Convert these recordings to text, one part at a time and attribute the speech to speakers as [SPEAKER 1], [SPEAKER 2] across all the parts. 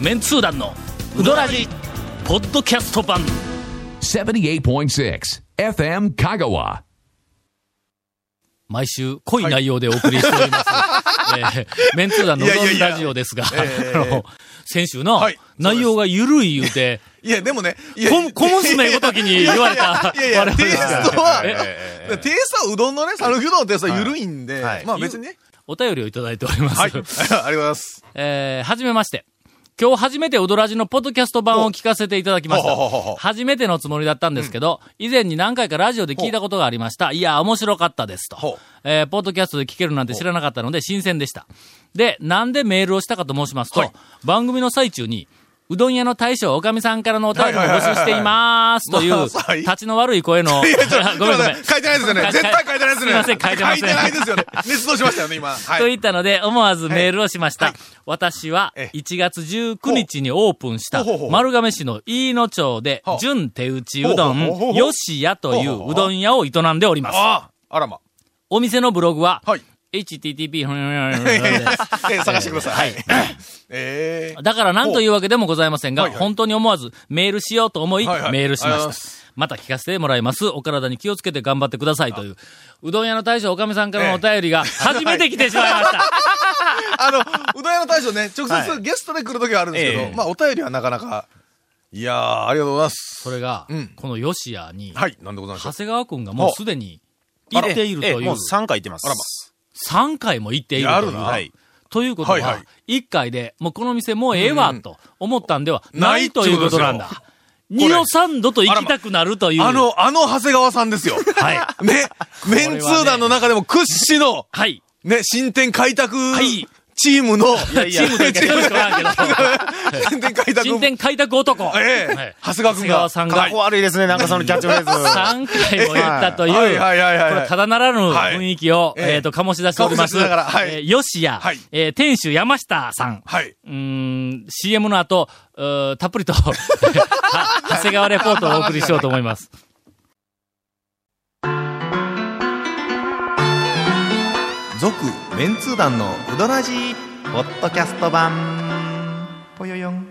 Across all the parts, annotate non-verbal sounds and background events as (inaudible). [SPEAKER 1] メンツー団のウドラジポッドキャスト版
[SPEAKER 2] 78.6 FM Kagawa.
[SPEAKER 1] 毎週濃い内容でお送りしており
[SPEAKER 3] (laughs)
[SPEAKER 1] ます、えーメンツー団のうど
[SPEAKER 3] いやい
[SPEAKER 1] ん
[SPEAKER 3] やいや
[SPEAKER 1] ラジオですが、
[SPEAKER 3] ええ
[SPEAKER 1] あの先週の
[SPEAKER 3] はい
[SPEAKER 1] 内容が緩い言うて、
[SPEAKER 3] いや、でもね、いや
[SPEAKER 1] 小小娘ごときに言われた
[SPEAKER 3] いやいや、
[SPEAKER 1] 我々
[SPEAKER 3] テイ
[SPEAKER 1] ですから
[SPEAKER 3] ストは、
[SPEAKER 4] え
[SPEAKER 3] テイストはうどんのね、讃岐うどんのテイストは緩いんで、
[SPEAKER 4] はい
[SPEAKER 3] まあ別にね。
[SPEAKER 1] お便りをいただいております。
[SPEAKER 3] はい。ありがとうございます。
[SPEAKER 1] えーはじめまして。今日初めてオドラジのポッドキャスト版を聞かせていただきました
[SPEAKER 3] ほうほうほうほう。
[SPEAKER 1] 初めてのつもりだったんですけど、以前に何回かラジオで聞いたことがありました。いや、面白かったです
[SPEAKER 3] ほ
[SPEAKER 1] と
[SPEAKER 3] う。
[SPEAKER 1] えーポッドキャストで聞けるなんて知らなかったので新鮮でした。で、なんでメールをしたかと申しますと、
[SPEAKER 3] はい
[SPEAKER 1] 番組の最中に、うどん屋の大将、おかみさんからのお便りも募集しています。とい
[SPEAKER 3] ま
[SPEAKER 1] う
[SPEAKER 3] あはい、
[SPEAKER 1] 立ちの悪い声の、
[SPEAKER 3] いや、ちょっ
[SPEAKER 1] (laughs)
[SPEAKER 3] と、
[SPEAKER 1] ごめんごめん。
[SPEAKER 3] 書いてないですよね。絶対書いてないですよ
[SPEAKER 1] す
[SPEAKER 3] ね。
[SPEAKER 1] いません書いてません
[SPEAKER 3] 書いてないですよね。熱動しましたよ
[SPEAKER 1] (laughs)
[SPEAKER 3] ね、今。は
[SPEAKER 1] と
[SPEAKER 3] い。
[SPEAKER 1] 言ったので、思わずメールをしました。
[SPEAKER 3] はい
[SPEAKER 1] 私は、
[SPEAKER 3] ええ
[SPEAKER 1] 1月19日にオープンした
[SPEAKER 3] ほうほうほ、う
[SPEAKER 1] 丸亀市の飯野町で
[SPEAKER 3] ほ、う
[SPEAKER 1] 純手打ちうど
[SPEAKER 3] ほうほうほ
[SPEAKER 1] ん、
[SPEAKER 3] うほう
[SPEAKER 1] 吉屋とい
[SPEAKER 3] ほうほう
[SPEAKER 1] う
[SPEAKER 3] ほう
[SPEAKER 1] うどん屋を営んでおります。
[SPEAKER 3] ああ、あらま。
[SPEAKER 1] お店のブログは、
[SPEAKER 3] はい
[SPEAKER 1] http、
[SPEAKER 3] (laughs) え探してください。
[SPEAKER 1] は
[SPEAKER 3] はいい。えー
[SPEAKER 1] だから何というわけでもございませんが、
[SPEAKER 3] はいはい
[SPEAKER 1] 本当に思わずメールしようと思い、
[SPEAKER 3] はいはい
[SPEAKER 1] メールしま
[SPEAKER 3] ありがとうござい
[SPEAKER 1] し
[SPEAKER 3] ま
[SPEAKER 1] た。また聞かせてもらいます。お体に気をつけて頑張ってくださいという、うどん屋の大将おかみさんからのお便りが初めて来てしまいま
[SPEAKER 3] (laughs)
[SPEAKER 1] した。
[SPEAKER 3] あの、うどん屋の大将ね、直
[SPEAKER 4] は
[SPEAKER 3] 接ゲストで来る時はあるんです
[SPEAKER 4] え
[SPEAKER 3] け
[SPEAKER 4] え
[SPEAKER 3] ど、まあお便りはなかなか。いやー、ありがとうございます。
[SPEAKER 1] それが
[SPEAKER 3] うん、
[SPEAKER 1] この吉屋に、
[SPEAKER 3] はい、なんでございましょ
[SPEAKER 1] 長
[SPEAKER 3] う。
[SPEAKER 1] 谷川くんがもうすでに行っていると
[SPEAKER 4] ええ
[SPEAKER 1] い
[SPEAKER 4] も
[SPEAKER 1] う
[SPEAKER 4] う、3回行ってます。
[SPEAKER 1] 3回も行っている
[SPEAKER 3] や
[SPEAKER 1] とい
[SPEAKER 3] るな
[SPEAKER 1] う。
[SPEAKER 3] あらま
[SPEAKER 4] はい。
[SPEAKER 1] ということ
[SPEAKER 3] はいは、
[SPEAKER 1] はい1回で、もうこの店もうええわと思ったんではないということなん
[SPEAKER 3] ない
[SPEAKER 1] だ。二度三度と行きたくなるという。
[SPEAKER 3] あ、の、あの長谷川さんですよ。
[SPEAKER 1] はい。
[SPEAKER 3] (laughs) ね、メンツー団の中でも屈指の、
[SPEAKER 1] はい。
[SPEAKER 3] ね、新店開拓
[SPEAKER 1] い
[SPEAKER 3] チームの、
[SPEAKER 4] い
[SPEAKER 1] チ
[SPEAKER 4] や
[SPEAKER 1] ームというか、チー (laughs) ムしかおらんけど。
[SPEAKER 3] (laughs) 新店開拓
[SPEAKER 1] 新店開拓男。
[SPEAKER 3] ええ
[SPEAKER 1] はい
[SPEAKER 3] (laughs) 長谷川君が
[SPEAKER 1] さん
[SPEAKER 4] かっ
[SPEAKER 1] が
[SPEAKER 4] こ悪いですね、なんかそのキャッチフレ
[SPEAKER 1] (laughs)
[SPEAKER 4] ーズ。
[SPEAKER 1] 3回も行ったという、こ
[SPEAKER 3] はいはいはいはいはい
[SPEAKER 1] れただならぬ雰囲気を、
[SPEAKER 3] はいええ
[SPEAKER 1] えっと、醸し出しております。
[SPEAKER 3] 醸し出しながらはい
[SPEAKER 1] えー吉屋
[SPEAKER 3] はい、
[SPEAKER 1] えー店主山下さん。
[SPEAKER 3] はい。
[SPEAKER 1] うーん、CM の後、うーたっぷりと、は長谷川レポートをお送りしようと思います。
[SPEAKER 4] 続、メンツー団のうどらじポッドキャスト版。ぽよよん。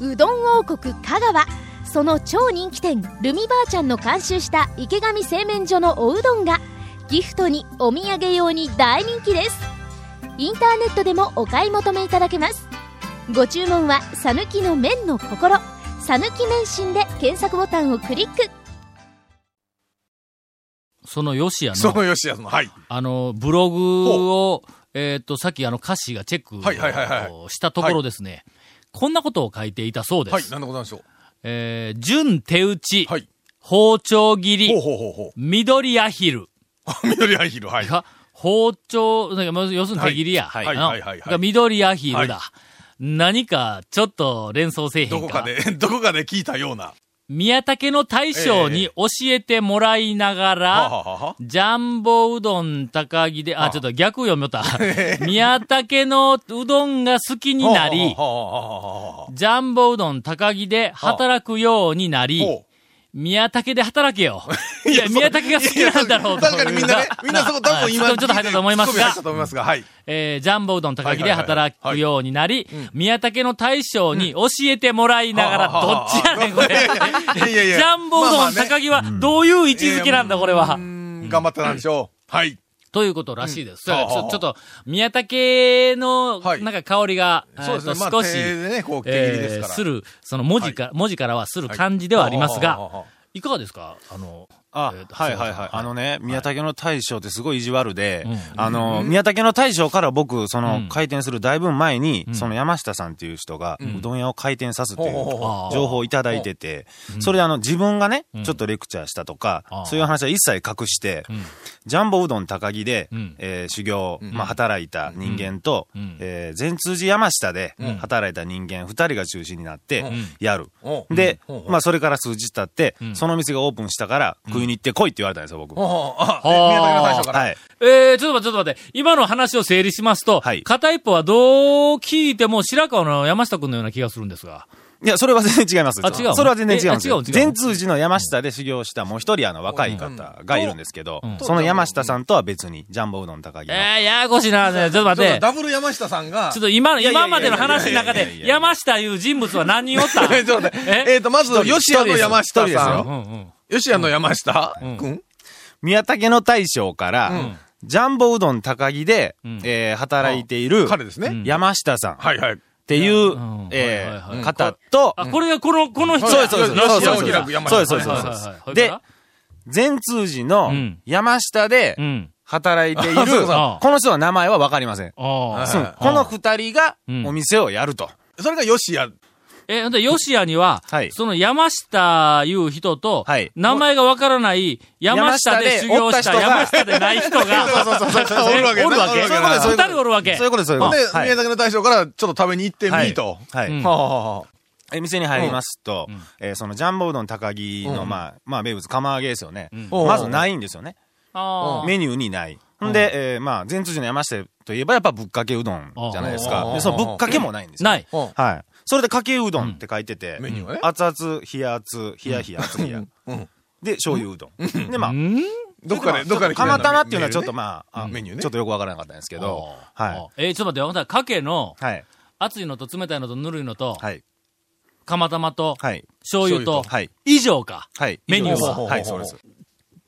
[SPEAKER 5] うどん王国香川その超人気店ルミばあちゃんの監修した池上製麺所のおうどんがギフトにお土産用に大人気ですインターネットでもお買い求めいただけますご注文は「さぬきの麺の心」「さぬき麺心」で検索ボタンをクリック
[SPEAKER 1] その吉屋
[SPEAKER 3] そ
[SPEAKER 1] の、
[SPEAKER 3] の吉安の、はい。
[SPEAKER 1] あの、ブログを、えっと、さっきあの歌詞がチェック
[SPEAKER 3] はいはいはいはい
[SPEAKER 1] をしたところですね、こんなことを書いていたそうで
[SPEAKER 3] はい、
[SPEAKER 1] す。
[SPEAKER 3] なんでございましょう。
[SPEAKER 1] えー純手打ち、
[SPEAKER 3] はい。
[SPEAKER 1] 包丁切り
[SPEAKER 3] ほう、ほうほうほ
[SPEAKER 1] 緑アヒル
[SPEAKER 3] う。 (laughs) 緑アヒル、はい。
[SPEAKER 1] が、包丁、なんかまあ要するに手切りや。
[SPEAKER 3] はい
[SPEAKER 1] あの
[SPEAKER 3] はいはいはいはい
[SPEAKER 1] が緑アヒルだ。
[SPEAKER 3] は
[SPEAKER 1] 何か、ちょっと連想せえへんか。
[SPEAKER 3] どこかで、 (laughs) どこかで聞いたような。は
[SPEAKER 1] 宮武の大将に教えてもらいなが
[SPEAKER 3] あ、
[SPEAKER 1] ら、
[SPEAKER 3] はあはあ、
[SPEAKER 1] ジャンボうどん高木で、あ、ちょっと逆読みよった。
[SPEAKER 3] (laughs)
[SPEAKER 1] 宮武のうどんが好きになり
[SPEAKER 3] は、あはあはあはあはあ
[SPEAKER 1] ジャンボうどん高木で働くようになり、
[SPEAKER 3] ほ
[SPEAKER 1] 宮武で働
[SPEAKER 3] (laughs)
[SPEAKER 1] けよ。いや、
[SPEAKER 3] そう
[SPEAKER 1] 宮武が好きなんだろうと
[SPEAKER 3] 確かにみんなね、みんなそこ多分今
[SPEAKER 1] ちょっとちょっと入ったと思います
[SPEAKER 3] ツッコミ入
[SPEAKER 1] が
[SPEAKER 3] った、と思いますが、はい。
[SPEAKER 1] (laughs) えージャンボうどん高木で働くようになり、宮武の大将に教えてもらいながら、
[SPEAKER 3] はあはあ
[SPEAKER 1] どっ
[SPEAKER 3] はあ
[SPEAKER 1] ちやねん、これ。
[SPEAKER 3] (laughs) いやいやいや
[SPEAKER 1] ジャンボうどん高木はどういう位置づけなんだ、これは
[SPEAKER 3] う。ーん頑張ってたんでしょう。はい。
[SPEAKER 1] ということらしいです。そ
[SPEAKER 3] うん
[SPEAKER 1] うや
[SPEAKER 3] はあ
[SPEAKER 1] ち
[SPEAKER 3] は
[SPEAKER 1] ょ
[SPEAKER 3] あ
[SPEAKER 1] ちょっと、宮武の、
[SPEAKER 3] はい
[SPEAKER 1] なんか香りが、え
[SPEAKER 3] そう
[SPEAKER 1] ー
[SPEAKER 3] です
[SPEAKER 1] と
[SPEAKER 3] ね。まあ、
[SPEAKER 1] 少し、
[SPEAKER 3] 手でね、こう、毛切りです
[SPEAKER 1] え
[SPEAKER 3] か
[SPEAKER 1] ー
[SPEAKER 3] ら。
[SPEAKER 1] する、その文字か、文字からはする感じではあります
[SPEAKER 3] はあはあはあ
[SPEAKER 1] が
[SPEAKER 3] はあ、
[SPEAKER 1] いかがですかあの、
[SPEAKER 4] あ
[SPEAKER 1] えー、と
[SPEAKER 4] はいはいはい。あのね、宮武の大将ってすごい意地悪で、
[SPEAKER 1] う
[SPEAKER 4] あの、宮武の大将から僕、そうの
[SPEAKER 1] ん、
[SPEAKER 4] 開店するだいぶ前に、
[SPEAKER 1] ん
[SPEAKER 4] その山下さんっていう人が、うどん屋を開店さすという
[SPEAKER 3] ほうほう
[SPEAKER 1] ほう
[SPEAKER 4] 情報をいただいてて、それであの、自分がね、ちょっとレクチャーしたとか
[SPEAKER 1] あー、
[SPEAKER 4] そういう話は一切隠して
[SPEAKER 1] ん、
[SPEAKER 4] ジャンボうどん高木で
[SPEAKER 1] うん、
[SPEAKER 4] えー修行、まあ、働いた人間と
[SPEAKER 1] うん、
[SPEAKER 4] えー善通寺山下で働いた人間二人が中心になって
[SPEAKER 1] ん、
[SPEAKER 4] やる。
[SPEAKER 3] おう
[SPEAKER 4] で
[SPEAKER 3] うん、
[SPEAKER 4] まあ、それから数日経って
[SPEAKER 1] ん、
[SPEAKER 4] その店がオープンしたから、食いに行って来いって言われたんですよ、僕。
[SPEAKER 3] おう
[SPEAKER 4] は
[SPEAKER 3] おうあ
[SPEAKER 1] はあ
[SPEAKER 3] 宮崎の大将から。
[SPEAKER 4] い。
[SPEAKER 1] えー、ちょっと待って、ちょっと待って。今の話を整理しますと、
[SPEAKER 4] はい
[SPEAKER 1] 片一方はどう聞いても白川の山下くんのような気がするんですが。
[SPEAKER 4] いや、それは全然違います。
[SPEAKER 1] あ違うの
[SPEAKER 4] それは全然違うんです
[SPEAKER 1] えあ違うの
[SPEAKER 4] よ
[SPEAKER 1] 違う。の
[SPEAKER 4] 全通寺の山下で修行したもう一人あの若い方がいるんですけど、その山下さんとは別に、ジャンボうどん高木の。
[SPEAKER 1] えー、ややこしいな、ね、ちょっと待って。
[SPEAKER 3] ダブル山下さんが
[SPEAKER 1] ちょっ、と今の、
[SPEAKER 4] いやいやいや
[SPEAKER 1] 今までの話の中
[SPEAKER 4] いやいやい
[SPEAKER 1] で、
[SPEAKER 4] やいや
[SPEAKER 1] 山下いう人物は何人おったん
[SPEAKER 3] (laughs) えちょっと待って
[SPEAKER 1] え
[SPEAKER 3] えっと、まず、吉野の山下
[SPEAKER 4] 一人です
[SPEAKER 3] さ。
[SPEAKER 4] よ
[SPEAKER 1] うんん
[SPEAKER 3] 吉野の山下
[SPEAKER 1] うん
[SPEAKER 3] くん
[SPEAKER 4] 宮武の大将から、
[SPEAKER 3] ん
[SPEAKER 4] ジャンボうどん高木で、
[SPEAKER 1] うん
[SPEAKER 4] えー働いている、
[SPEAKER 3] 彼ですね。
[SPEAKER 4] 山下さんっ
[SPEAKER 3] はいはい。
[SPEAKER 4] ていう
[SPEAKER 1] うん、
[SPEAKER 4] え
[SPEAKER 1] はいはいは
[SPEAKER 4] ー
[SPEAKER 1] い
[SPEAKER 4] 方と、
[SPEAKER 1] あ、これがこの、この人
[SPEAKER 4] そう
[SPEAKER 1] や
[SPEAKER 4] です、そうです、
[SPEAKER 3] よ
[SPEAKER 4] そ
[SPEAKER 3] しよし
[SPEAKER 4] うです、そうで
[SPEAKER 3] よし
[SPEAKER 4] す、そうです、そうです
[SPEAKER 1] はいはい
[SPEAKER 4] そうです
[SPEAKER 1] はいはい
[SPEAKER 4] で、全通寺の
[SPEAKER 1] うん
[SPEAKER 4] 山下で
[SPEAKER 1] うん。
[SPEAKER 4] 働いて (laughs) いる、
[SPEAKER 3] あそうかそう
[SPEAKER 1] か
[SPEAKER 4] この人の名前はわかりません。
[SPEAKER 1] あ
[SPEAKER 3] はい
[SPEAKER 1] あ。
[SPEAKER 4] そうこの二人が
[SPEAKER 1] うん
[SPEAKER 4] お店をやると。
[SPEAKER 3] それが吉野。
[SPEAKER 1] え、ほんで、吉谷には、
[SPEAKER 4] はい
[SPEAKER 1] その山下いう人と、
[SPEAKER 4] はい
[SPEAKER 1] 名前がわからない、山下で修行した、山
[SPEAKER 4] 山
[SPEAKER 1] 下
[SPEAKER 4] 下
[SPEAKER 1] でない人
[SPEAKER 4] (laughs)
[SPEAKER 1] が、
[SPEAKER 3] そうそうそ
[SPEAKER 1] え (laughs)
[SPEAKER 3] う
[SPEAKER 1] おるわけ
[SPEAKER 3] おるわ
[SPEAKER 4] そういうことです
[SPEAKER 1] 二人おるわけ
[SPEAKER 4] そういうことです、そういうこと
[SPEAKER 3] け
[SPEAKER 4] で。
[SPEAKER 3] です
[SPEAKER 4] はい
[SPEAKER 3] 宮崎の大将からちょっと食べに行ってみーと。
[SPEAKER 4] はい。
[SPEAKER 1] うん
[SPEAKER 4] え店に入りますと、えーそのジャンボうどん高木の、まあ、まあ、名物釜揚げですよね。
[SPEAKER 1] ん
[SPEAKER 4] まずないんですよね。
[SPEAKER 1] あー
[SPEAKER 4] メニューにない。んで、えーまあ、前通寺の山下といえばやっぱぶっかけうどんじゃないです
[SPEAKER 3] う
[SPEAKER 4] か。
[SPEAKER 3] ん
[SPEAKER 4] で、そのぶっかけもないんですよ。。
[SPEAKER 1] ないい。
[SPEAKER 3] うん
[SPEAKER 4] はい。それでかけうどんって書いてて、
[SPEAKER 3] メニューはね
[SPEAKER 4] 熱々、冷や熱、冷や冷や、熱冷や。で、醤油うどん。で、まあ、
[SPEAKER 3] どっかで、どっかで。
[SPEAKER 4] 釜玉っていうのはちょっと
[SPEAKER 3] あ。
[SPEAKER 4] まあ、あ
[SPEAKER 3] メニューね
[SPEAKER 4] ちょっとよくわからなかったんですけど、
[SPEAKER 1] あ
[SPEAKER 4] は
[SPEAKER 1] ーえーちょっと待って、ほんなら、かけの、
[SPEAKER 4] い。はい。
[SPEAKER 1] 熱いのと冷たいのとぬるいのと、
[SPEAKER 4] はい。
[SPEAKER 1] 釜玉と、
[SPEAKER 4] はい。
[SPEAKER 1] 醤油と、
[SPEAKER 4] はい。
[SPEAKER 1] 以上か。
[SPEAKER 4] はい。
[SPEAKER 1] メニューは
[SPEAKER 4] はい、そうです。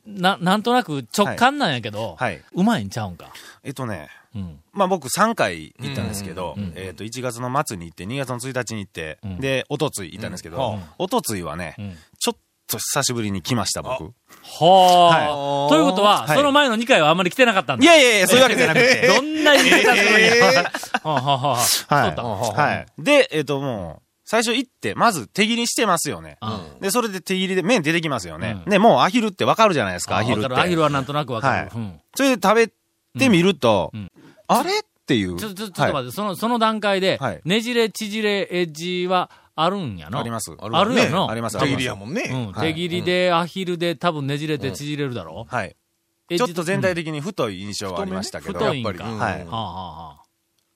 [SPEAKER 1] な、なんとなく直感なんやけど、
[SPEAKER 4] はいはい、
[SPEAKER 1] うまいんちゃうんか。
[SPEAKER 4] えっとね、
[SPEAKER 1] うん。
[SPEAKER 4] まあ僕3回行ったんですけど、えっと1月の末に行って、2月の1日に行って、
[SPEAKER 1] ん
[SPEAKER 4] で、おとつい行ったんですけど、おとついはね、
[SPEAKER 1] ん
[SPEAKER 4] ちょっと久しぶりに来ました、僕。
[SPEAKER 1] はあ。
[SPEAKER 3] はい
[SPEAKER 1] ということは、
[SPEAKER 4] はい
[SPEAKER 1] その前の2回はあんまり来てなかったん
[SPEAKER 4] い
[SPEAKER 1] だ。
[SPEAKER 4] やいやいや、そういうわけじゃなくて。
[SPEAKER 1] (laughs) どんなに出たのに。はあはあはあ
[SPEAKER 4] は
[SPEAKER 1] そうだ
[SPEAKER 4] い。はい。で、えっともう、最初行って、まず手切りしてますよね。で、それで手切りで麺出てきますよね。
[SPEAKER 1] うん
[SPEAKER 4] で、もうアヒルってわかるじゃないですか、
[SPEAKER 1] あ
[SPEAKER 4] アヒルっ
[SPEAKER 1] わ
[SPEAKER 4] て。
[SPEAKER 1] かるアヒルはなんとなくわかる。
[SPEAKER 4] は
[SPEAKER 1] うん
[SPEAKER 4] それで食べてみると、
[SPEAKER 1] ん
[SPEAKER 4] あれっていう。
[SPEAKER 1] ちょ、ちょ、ちょっと待っ
[SPEAKER 4] はい
[SPEAKER 1] て、その、その段階で
[SPEAKER 4] はい、
[SPEAKER 1] ねじれ、縮れ、エッジはあるんやの
[SPEAKER 4] あります。あ
[SPEAKER 1] あるやの
[SPEAKER 4] あります。
[SPEAKER 3] 手切りやもん
[SPEAKER 1] う
[SPEAKER 3] ね。
[SPEAKER 1] ん。
[SPEAKER 4] は
[SPEAKER 1] 手
[SPEAKER 4] い
[SPEAKER 1] 切りで、アヒルで、多分ねじれて縮れるだろ
[SPEAKER 4] はい。
[SPEAKER 1] エッジ
[SPEAKER 4] ちょっと全体的に太い印象はありましたけど、
[SPEAKER 1] 太
[SPEAKER 4] やっ
[SPEAKER 1] めね
[SPEAKER 4] ぱ
[SPEAKER 3] やっ
[SPEAKER 1] 太
[SPEAKER 3] ぱ
[SPEAKER 1] い
[SPEAKER 3] り。
[SPEAKER 1] ん
[SPEAKER 3] うん
[SPEAKER 4] かはい
[SPEAKER 1] はあはあはあ
[SPEAKER 4] りね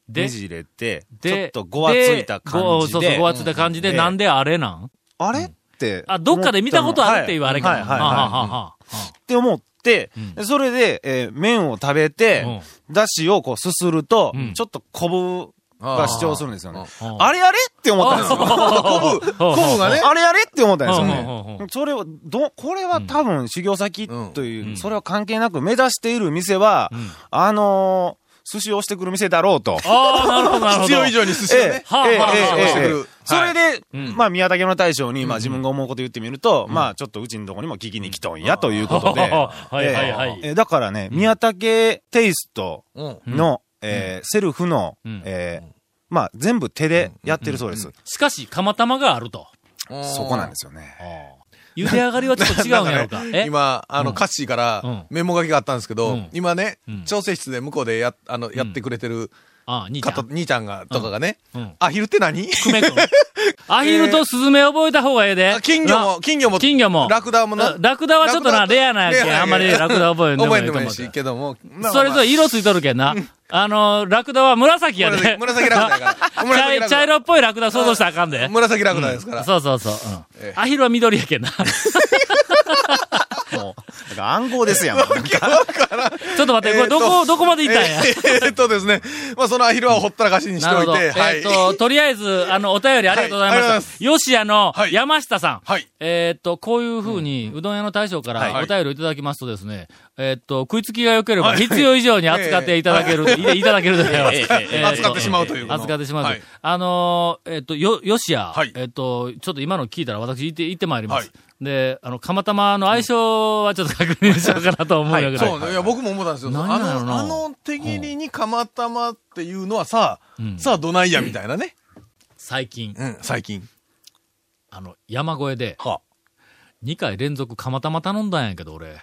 [SPEAKER 1] で、
[SPEAKER 4] じれて、ちょ
[SPEAKER 1] で
[SPEAKER 4] っとごわついた感
[SPEAKER 1] ご
[SPEAKER 4] じ
[SPEAKER 1] そうそう、
[SPEAKER 4] で
[SPEAKER 1] ご、わついた感じで、
[SPEAKER 4] うん
[SPEAKER 1] なんであれなん
[SPEAKER 4] あれって。
[SPEAKER 1] あ、どっかで見たことあるっていうあれか。
[SPEAKER 4] はいはいはいはい
[SPEAKER 1] はは
[SPEAKER 4] って思って
[SPEAKER 1] うん、
[SPEAKER 4] でそれで、えー麺を食べて、だしをこうすすると
[SPEAKER 1] うん、
[SPEAKER 4] ちょっと昆布が主張するんですよね。
[SPEAKER 1] はは
[SPEAKER 4] あれあれって思ったんですよ。
[SPEAKER 1] ほう
[SPEAKER 4] 昆布。
[SPEAKER 1] ほう
[SPEAKER 3] 昆布がね。
[SPEAKER 4] あれあれって思ったんですよ
[SPEAKER 1] うんうんうんう
[SPEAKER 4] ね。それを、ど、これは多分修行先と
[SPEAKER 1] う
[SPEAKER 4] い
[SPEAKER 1] ん
[SPEAKER 4] う、それは関係なく目指している店は、あのー、寿司をしてくる店だろうと。
[SPEAKER 1] ああ、なるほど、なるほど。
[SPEAKER 3] 必要以上に寿司を
[SPEAKER 4] え
[SPEAKER 3] ね。
[SPEAKER 1] はあ
[SPEAKER 4] えええ
[SPEAKER 1] はあはあ
[SPEAKER 4] ええ
[SPEAKER 3] してくる
[SPEAKER 4] ええそれで、
[SPEAKER 1] うん
[SPEAKER 4] まあ、宮武の大将に、まあ、自分が思うこと言ってみると、まあ、ちょっとうちのとこにも聞きに来とんや、ということで。
[SPEAKER 1] はいはいはい
[SPEAKER 4] えええだからね、宮武テイスト
[SPEAKER 3] うん
[SPEAKER 4] の、ええセルフの、
[SPEAKER 1] うん
[SPEAKER 4] ええまあ、全部手でやってるそうです。
[SPEAKER 1] しかし、釜玉があると。
[SPEAKER 4] そこなんですよね。
[SPEAKER 1] 茹で上がりはちょっと違うんやろう
[SPEAKER 4] (laughs)
[SPEAKER 1] か。
[SPEAKER 3] なんね
[SPEAKER 1] え
[SPEAKER 3] 今、あの、
[SPEAKER 1] うん
[SPEAKER 3] カッシーか
[SPEAKER 1] うん
[SPEAKER 3] らメモ書きがあったんです
[SPEAKER 1] う
[SPEAKER 3] けど
[SPEAKER 1] ん、
[SPEAKER 3] 今ね
[SPEAKER 1] うん、
[SPEAKER 3] 調整室で向こうでや、あの、やってくれてる
[SPEAKER 1] ああ、兄ちゃ
[SPEAKER 3] 方、
[SPEAKER 1] ん。
[SPEAKER 3] 兄ちゃんが、とかがね
[SPEAKER 1] うん、
[SPEAKER 3] アヒルって何
[SPEAKER 1] 久米君。
[SPEAKER 3] (laughs)
[SPEAKER 1] アヒルとスズメ覚えた方がええで
[SPEAKER 3] あ。金魚も、金魚も、
[SPEAKER 1] 金魚も
[SPEAKER 3] ラクダもな
[SPEAKER 1] あ。ラクダはちょっとなレアなんやけん
[SPEAKER 3] レ
[SPEAKER 1] あんまりラクダ覚えんでもい
[SPEAKER 3] 覚え
[SPEAKER 1] いと
[SPEAKER 3] ん
[SPEAKER 1] 思
[SPEAKER 3] で
[SPEAKER 1] う
[SPEAKER 3] もいいし、けども。まあ
[SPEAKER 1] それぞれ
[SPEAKER 3] ま
[SPEAKER 1] 色ついとるけんな。あの、ラクダは紫や
[SPEAKER 3] あ
[SPEAKER 1] で。
[SPEAKER 3] (laughs) 紫紫ラクダ
[SPEAKER 1] (laughs)
[SPEAKER 3] やから。紫ラ
[SPEAKER 1] 茶
[SPEAKER 3] クダ
[SPEAKER 1] 茶色っぽいラクダ想像したらあかんで。
[SPEAKER 3] 紫ラクダですから。
[SPEAKER 1] そうそうそう。うん
[SPEAKER 3] ええ
[SPEAKER 1] アヒルは緑やけ
[SPEAKER 3] (laughs)
[SPEAKER 1] んな。
[SPEAKER 4] もう、だから暗号ですやん。なんか
[SPEAKER 1] ちょっと待って、これどこ、どこまで行ったんや。
[SPEAKER 3] えーっとですね、まあそのアヒルはほったらかしにして
[SPEAKER 1] な
[SPEAKER 3] お
[SPEAKER 1] る
[SPEAKER 3] い
[SPEAKER 1] ほど。
[SPEAKER 3] て、は
[SPEAKER 1] えっ、
[SPEAKER 3] い。
[SPEAKER 1] と、とりあえず、
[SPEAKER 3] (laughs)
[SPEAKER 1] あの、お便りありがとうございました。
[SPEAKER 3] はいありがとうございま
[SPEAKER 1] 吉谷の
[SPEAKER 3] はい
[SPEAKER 1] 山下さん。
[SPEAKER 3] はい
[SPEAKER 1] えっと、こういうふうに、うどん屋の大将か
[SPEAKER 3] はい
[SPEAKER 1] ら
[SPEAKER 3] はい
[SPEAKER 1] お便りをいただきますとですね、えっと、食いつきが良ければ、必要以上に扱っていただける、いいただけるというかえーと
[SPEAKER 3] 扱ってしまうというの
[SPEAKER 1] 扱ってしまうという
[SPEAKER 3] はい
[SPEAKER 1] あのー、えっと、よ、吉谷
[SPEAKER 3] はい
[SPEAKER 1] えっと、ちょっと今の聞いたら私行って、行ってまいりま
[SPEAKER 3] は
[SPEAKER 1] す。で、あの、釜玉の相性はちょっと確認しようかなと思うよけど。
[SPEAKER 3] そうね。いや、僕も思ったんですよ。
[SPEAKER 1] 何
[SPEAKER 3] あ
[SPEAKER 1] なの
[SPEAKER 3] の、あの手切りに釜玉っていうのはさ、さあどないやみたいなね。
[SPEAKER 1] 最近、
[SPEAKER 3] うん、最近。
[SPEAKER 1] あの、山越えで、
[SPEAKER 3] は
[SPEAKER 1] 2回連続釜玉頼んだんやけど、俺。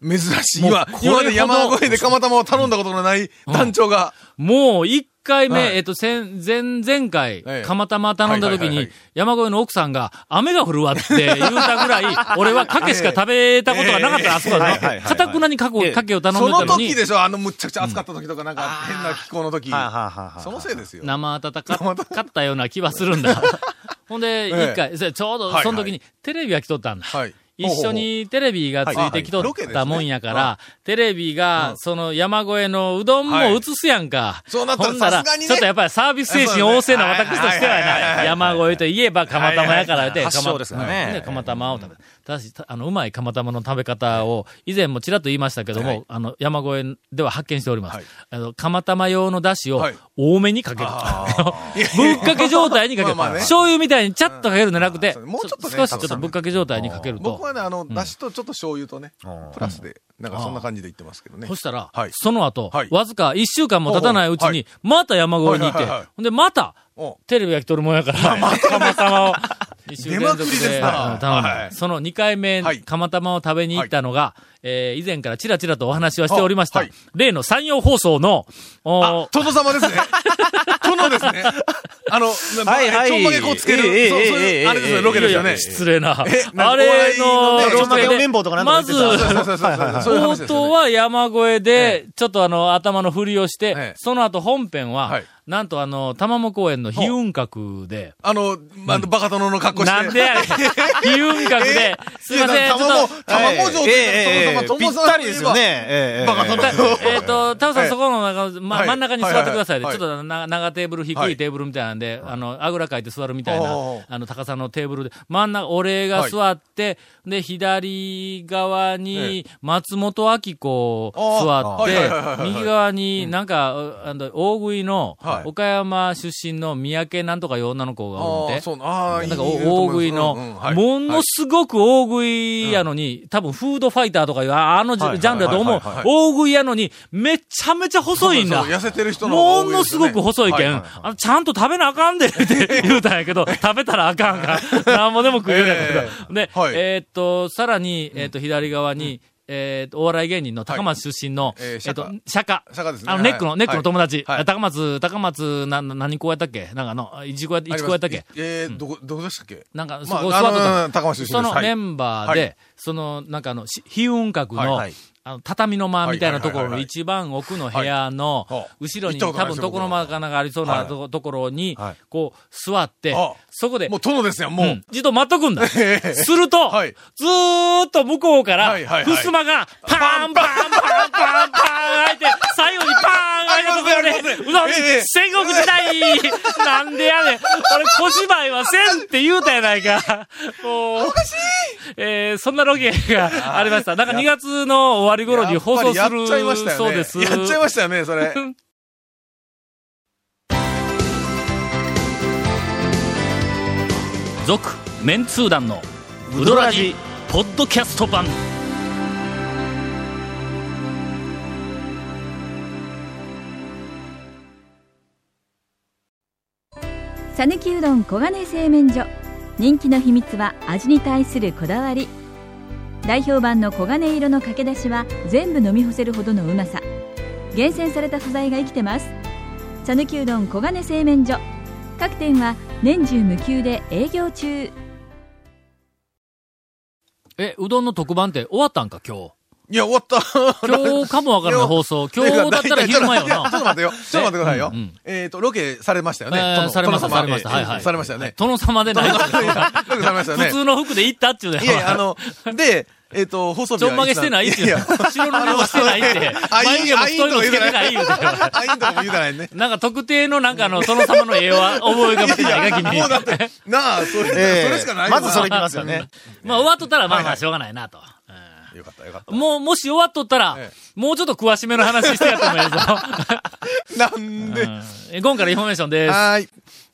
[SPEAKER 3] 珍しい。
[SPEAKER 1] もう
[SPEAKER 3] 今
[SPEAKER 1] これ、ほど
[SPEAKER 3] 今まで山越えで釜玉を頼んだことのない団長が。
[SPEAKER 1] もう一回目、
[SPEAKER 3] はい
[SPEAKER 1] えっと、先、前、前回
[SPEAKER 3] ええ、
[SPEAKER 1] 釜玉頼んだ
[SPEAKER 3] は
[SPEAKER 1] 時
[SPEAKER 3] いはいは
[SPEAKER 1] に
[SPEAKER 3] いはい、
[SPEAKER 1] 山越えの奥さんが、雨が降るわって言うたぐ
[SPEAKER 3] (laughs)
[SPEAKER 1] らい、俺はかけしか食べたことがなかった、あそこ
[SPEAKER 4] はい
[SPEAKER 1] は
[SPEAKER 4] はいはいは
[SPEAKER 1] ね。
[SPEAKER 4] い
[SPEAKER 1] かたくなにかこ
[SPEAKER 4] ええ
[SPEAKER 1] かけを頼ん
[SPEAKER 3] そ
[SPEAKER 1] でた
[SPEAKER 3] の
[SPEAKER 1] のに
[SPEAKER 3] 時、でしょ、あのむっちゃくちゃ暑かった時とか、なんか変な気候の時。
[SPEAKER 4] はあはあはあはあ
[SPEAKER 3] そのせいですよ。 (laughs)
[SPEAKER 1] 生温かかったような気はするんだ。ほんで、
[SPEAKER 3] ええ
[SPEAKER 1] 一回、それちょうど
[SPEAKER 3] はい
[SPEAKER 1] その時にテレビが来とったんだ。
[SPEAKER 3] はい。
[SPEAKER 1] 一緒にテレビがついてきと
[SPEAKER 3] はいロケ
[SPEAKER 1] っ
[SPEAKER 3] です
[SPEAKER 1] た
[SPEAKER 3] ね
[SPEAKER 1] もんやか
[SPEAKER 3] は
[SPEAKER 1] ら、テレビが、その山越えのうどんも映すやんか。
[SPEAKER 3] そうなったら
[SPEAKER 1] ほんなら
[SPEAKER 3] さすがにね
[SPEAKER 1] ちょっとやっぱりサービス精神旺盛な私としては
[SPEAKER 3] はいはいはい
[SPEAKER 1] な、山越えといえば釜玉やから言うて、
[SPEAKER 4] はいはいはい発祥ですからね
[SPEAKER 1] うんで釜玉を食べた。ただし、たあの、うまい釜玉の食べ方を、以前もちらっと言いましたけど
[SPEAKER 3] は
[SPEAKER 1] も
[SPEAKER 3] い、
[SPEAKER 1] あの、山越えでは発見しておりま
[SPEAKER 3] はい
[SPEAKER 1] す。あの、釜玉用の出汁を
[SPEAKER 3] はい
[SPEAKER 1] 多めにかける。 (laughs) ぶっかけ状態にかける。
[SPEAKER 3] まあまあね
[SPEAKER 1] 醤油みたいにチャッとかけるんじゃなくて、
[SPEAKER 3] うんもうちょっとね
[SPEAKER 1] 少しちょっとぶっかけ状態にかけると
[SPEAKER 3] 僕。はね、あの、だしとちょっと醤油とね、プラスで、なんかそんな感じで言ってますけどね
[SPEAKER 1] そ。したら、
[SPEAKER 3] はい
[SPEAKER 1] その後、
[SPEAKER 3] はい
[SPEAKER 1] わずか1週間も経たないうち
[SPEAKER 3] ほうほうは
[SPEAKER 1] に
[SPEAKER 3] い、
[SPEAKER 1] また山越えにいて、
[SPEAKER 3] はいはいはい
[SPEAKER 1] ほんでまた、
[SPEAKER 3] お
[SPEAKER 1] テレビが来とるもんやから、釜玉 (laughs) を、2週連続
[SPEAKER 3] 出まくりです
[SPEAKER 1] で、
[SPEAKER 3] な
[SPEAKER 1] あの頼んだ
[SPEAKER 3] はい
[SPEAKER 1] その2回目、
[SPEAKER 3] はい
[SPEAKER 1] 釜玉を食べに行ったのが、えー以前からちらちらとお話はしておりました、
[SPEAKER 3] あはい
[SPEAKER 1] 例の山陽放送の、お
[SPEAKER 3] あ、殿
[SPEAKER 1] (laughs)
[SPEAKER 3] 様ですね。殿ですね。あの、
[SPEAKER 4] はいはい
[SPEAKER 3] ちょんまげこうつける。そ
[SPEAKER 4] ええ
[SPEAKER 3] うそう
[SPEAKER 4] えええ
[SPEAKER 3] い
[SPEAKER 4] え
[SPEAKER 3] う、あれですね、ロケ
[SPEAKER 1] いや
[SPEAKER 3] で
[SPEAKER 1] い
[SPEAKER 3] すよ
[SPEAKER 1] や失礼
[SPEAKER 3] ね。
[SPEAKER 1] な。
[SPEAKER 3] えなんか
[SPEAKER 1] あれ
[SPEAKER 3] お
[SPEAKER 1] の、ロ
[SPEAKER 3] 笑いのね
[SPEAKER 1] ケ
[SPEAKER 4] ちょっと
[SPEAKER 1] で
[SPEAKER 4] 綿棒とかなんとか
[SPEAKER 1] ま
[SPEAKER 4] 言っ
[SPEAKER 1] ず
[SPEAKER 4] て、た
[SPEAKER 3] そうそうそうそうそういう
[SPEAKER 1] 冒
[SPEAKER 3] 話ですよ
[SPEAKER 1] 頭
[SPEAKER 3] ね。
[SPEAKER 1] は山越えで、ちょっとあの、頭のふりをして、
[SPEAKER 3] ええ
[SPEAKER 1] その後本編は、
[SPEAKER 3] はい
[SPEAKER 1] なんとあの、玉藻公園の悲雲閣で、
[SPEAKER 3] あの、まあの、バカ殿の格好して。
[SPEAKER 1] なんでやねん悲雲閣で、すいません、ちょっと、
[SPEAKER 3] 卵、卵状態
[SPEAKER 4] ええええぴったりですよ。ね。ええ
[SPEAKER 3] バカ殿 (laughs)
[SPEAKER 1] たえっと、タオさ
[SPEAKER 3] は
[SPEAKER 1] ん
[SPEAKER 3] い
[SPEAKER 1] そこの中の、ま
[SPEAKER 3] はい
[SPEAKER 1] 真ん中に座ってくださいで、ちょ
[SPEAKER 3] は
[SPEAKER 1] っ
[SPEAKER 3] い
[SPEAKER 1] とな長テーブル、低
[SPEAKER 3] はいい
[SPEAKER 1] テーブルみたいなんで、あの、あぐらかいて座るみたい
[SPEAKER 3] おうお
[SPEAKER 1] な
[SPEAKER 3] う、
[SPEAKER 1] あの、高さのテーブルで、真ん中、俺が座って、で、左側に松本明子座っ
[SPEAKER 3] あ
[SPEAKER 1] て
[SPEAKER 3] ーはいはいはいは、い
[SPEAKER 1] 右側になんか、あの、大食いの
[SPEAKER 3] は、い
[SPEAKER 1] 岡山出身の三宅なんとかいう女の子がおるん
[SPEAKER 3] あ
[SPEAKER 1] で
[SPEAKER 3] あ、、そうああ、いい
[SPEAKER 1] なんかお大食いの、ものすごく大食いやのに、多分フードファイターとかいう、ああのジ
[SPEAKER 3] はいはいは
[SPEAKER 1] ャ
[SPEAKER 3] いはい
[SPEAKER 1] ンルやと思う
[SPEAKER 3] はいは、い
[SPEAKER 1] 大食いやのに、めちゃめちゃ細いんだ
[SPEAKER 3] そうそう。痩せてる人の
[SPEAKER 1] も
[SPEAKER 3] 方が多い
[SPEAKER 1] の
[SPEAKER 3] です
[SPEAKER 1] す
[SPEAKER 3] よ
[SPEAKER 1] ご
[SPEAKER 3] ね
[SPEAKER 1] く細いけ
[SPEAKER 3] は
[SPEAKER 1] ん、あのちゃんと食べなあか
[SPEAKER 3] (laughs)
[SPEAKER 1] んで、って言うたんやけど、食べたらあかんから、なんぼでも食うようになった。で
[SPEAKER 3] え、はい
[SPEAKER 1] えーっと、さらに、えーっと、左側に、えーっとお笑い芸人の高松出身の、
[SPEAKER 3] いえー
[SPEAKER 1] えーっと
[SPEAKER 3] 釈、
[SPEAKER 1] 釈迦。
[SPEAKER 3] 釈迦ですね
[SPEAKER 1] あの、ネックの、
[SPEAKER 3] はい
[SPEAKER 1] ネックの友達。
[SPEAKER 3] はい
[SPEAKER 1] 高松、高松、な、な何校やったっけなんかあの、一校や、
[SPEAKER 3] あり
[SPEAKER 1] 一
[SPEAKER 3] ます
[SPEAKER 1] 校やったっけ
[SPEAKER 3] えー、どこ、どこでしたっけ
[SPEAKER 1] なんか、そ
[SPEAKER 3] まあ
[SPEAKER 1] こ座っとった
[SPEAKER 3] あのー高松出身です
[SPEAKER 1] その
[SPEAKER 3] はい
[SPEAKER 1] メンバーで、
[SPEAKER 3] は
[SPEAKER 1] その、なんかあの、し悲雲閣の、
[SPEAKER 4] はい
[SPEAKER 1] あの、畳の間みたいなところ
[SPEAKER 3] はいはいはい
[SPEAKER 1] の
[SPEAKER 3] はい
[SPEAKER 1] 一番奥の部屋の
[SPEAKER 3] はいはあ、
[SPEAKER 1] 後ろに、
[SPEAKER 3] 行った
[SPEAKER 1] 多分
[SPEAKER 3] ことないですよ
[SPEAKER 1] 床の間かなんかありそうなと,、ところに、
[SPEAKER 4] はい
[SPEAKER 1] こう、座って
[SPEAKER 3] あ、
[SPEAKER 1] そこで、
[SPEAKER 3] もう殿ですよ、も
[SPEAKER 1] う
[SPEAKER 3] う。
[SPEAKER 1] ん、じっと待っとくんだ。
[SPEAKER 3] ええ
[SPEAKER 1] すると、
[SPEAKER 3] はい
[SPEAKER 1] ずーっと向こうから、
[SPEAKER 3] はいはいはい
[SPEAKER 1] 襖が、パーンパーンパーンパーンパーン開いて、最後にパーン開いたところで、
[SPEAKER 3] ありますねありますね
[SPEAKER 1] うどんに
[SPEAKER 3] ええ
[SPEAKER 1] 戦国時代なんでやねん俺小芝居はせんって言うたやないか。もう、えー、そんなロケがありました。なんか2月の終わり頃に放送する
[SPEAKER 3] やっぱりやっちゃいましたよね。
[SPEAKER 1] そうです。
[SPEAKER 3] やっちゃいましたよね、そ
[SPEAKER 4] (laughs)
[SPEAKER 3] れ。
[SPEAKER 1] 続メンツー団のウドラジポッドキャスト版
[SPEAKER 6] さぬきうどん黄金製麺所人気の秘密は味に対するこだわり代表版の黄金色のかけだしは全部飲み干せるほどのうまさ厳選された素材が生きてますさぬきうどん黄金製麺所各店は年中無休で営業中
[SPEAKER 1] え、うどんの特番って終わったんか今日。
[SPEAKER 3] いや、終わった。
[SPEAKER 1] 今日
[SPEAKER 3] (laughs)
[SPEAKER 1] かもわからない放送。今日だったら昼間よ
[SPEAKER 3] いやちょっと
[SPEAKER 1] な。
[SPEAKER 3] 待ってよ。ちょっと待ってくださいよ
[SPEAKER 1] うんうん。
[SPEAKER 3] えっと、ロケされましたよ
[SPEAKER 1] え
[SPEAKER 3] ね。
[SPEAKER 1] ー
[SPEAKER 3] 殿
[SPEAKER 1] されました、
[SPEAKER 3] 殿様
[SPEAKER 1] されました。はいはい。
[SPEAKER 3] されましたよね。
[SPEAKER 1] 殿様でない。
[SPEAKER 3] 殿様いやロケされましたよね
[SPEAKER 1] 普。通の服で行ったっていうね。
[SPEAKER 3] いやいや、あの、で、えっと、放送日
[SPEAKER 1] ち
[SPEAKER 3] は
[SPEAKER 1] ょんまげしてないっていう
[SPEAKER 3] や
[SPEAKER 1] ね。
[SPEAKER 3] や
[SPEAKER 1] 白塗りもしてないって。
[SPEAKER 3] あ
[SPEAKER 1] 眉毛も太いのつけてない言うて。
[SPEAKER 3] あ、いいんとかも言うて
[SPEAKER 1] (laughs)
[SPEAKER 3] ないね。
[SPEAKER 1] なんか特定のなんかあの殿様
[SPEAKER 3] (laughs)
[SPEAKER 1] の絵は覚えが
[SPEAKER 3] い
[SPEAKER 1] まない
[SPEAKER 3] や
[SPEAKER 1] ガキ
[SPEAKER 3] いやもうだっ
[SPEAKER 1] に。
[SPEAKER 3] て、なあ、それ、そ
[SPEAKER 4] ええ
[SPEAKER 3] れしかないよ
[SPEAKER 4] ま
[SPEAKER 3] な
[SPEAKER 4] ずそれきますよね。
[SPEAKER 1] まあ終わっとったらまあまあしょうがないなと。
[SPEAKER 3] よかった、よかっ
[SPEAKER 1] もう、もし終わっとったら
[SPEAKER 3] え、
[SPEAKER 1] もうちょっと詳しめの話してやっても
[SPEAKER 3] (laughs)
[SPEAKER 1] ええぞ。
[SPEAKER 3] た。なんで。
[SPEAKER 1] え今からインフォメーションです。
[SPEAKER 3] はーい。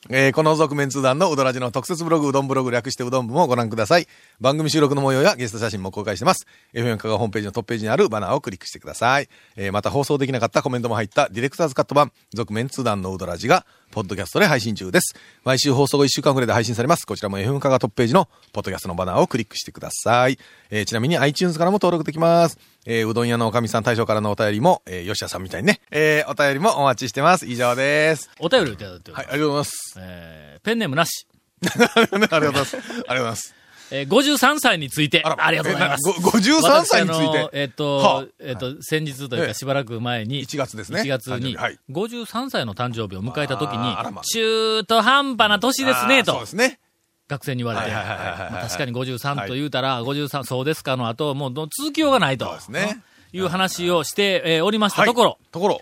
[SPEAKER 3] えー、この続面通談のうどらじの特設ブログ、うどんブログ略してうどん部もご覧ください。番組収録の模様やゲスト写真も公開してます。FM 香川ホームページのトップページにあるバナーをクリックしてください。えー、また放送できなかったコメントも入ったディレクターズカット版、続面通談のうどらじが、ポッドキャストで配信中です。毎週放送後1週間くらいで配信されます。こちらも FM 香川トップページのポッドキャストのバナーをクリックしてください。えー、ちなみに iTunes からも登録できます。えー、うどん屋のおかみさん大将からのお便りも、えー、吉田さんみたいにね、えー、お便りもお待ちしてます。以上です。
[SPEAKER 1] お便りをいただ (laughs) いておりま
[SPEAKER 3] はい、
[SPEAKER 1] す
[SPEAKER 3] ありがとうございます。
[SPEAKER 1] えーペンネームなし。
[SPEAKER 3] ありがとうございます。ありがとうございます。
[SPEAKER 1] えー、53歳について。あ
[SPEAKER 3] あら
[SPEAKER 1] りがとうございます。
[SPEAKER 3] えなご53歳につい
[SPEAKER 1] 私あ
[SPEAKER 3] て
[SPEAKER 1] のえっ、
[SPEAKER 3] はあ
[SPEAKER 1] と、えっ、と、先日という
[SPEAKER 3] え
[SPEAKER 1] か
[SPEAKER 3] え
[SPEAKER 1] しばらく前に、
[SPEAKER 3] 1月ですね
[SPEAKER 1] 1月に、
[SPEAKER 3] 誕生日はい
[SPEAKER 1] 53歳の誕生日を迎えた時に
[SPEAKER 3] あーあらま、
[SPEAKER 1] 中途半端な年ですね、
[SPEAKER 3] あーそう
[SPEAKER 1] と
[SPEAKER 3] で。すね。
[SPEAKER 1] 学生に言われて。
[SPEAKER 3] はいはいはいはいはい
[SPEAKER 1] まあ確かに53と言うたら、53、そうですかの後、もうど続きようがないと。
[SPEAKER 3] そうですね
[SPEAKER 1] いう話をして、えーおりました
[SPEAKER 3] はい
[SPEAKER 1] ところ、
[SPEAKER 3] ところ。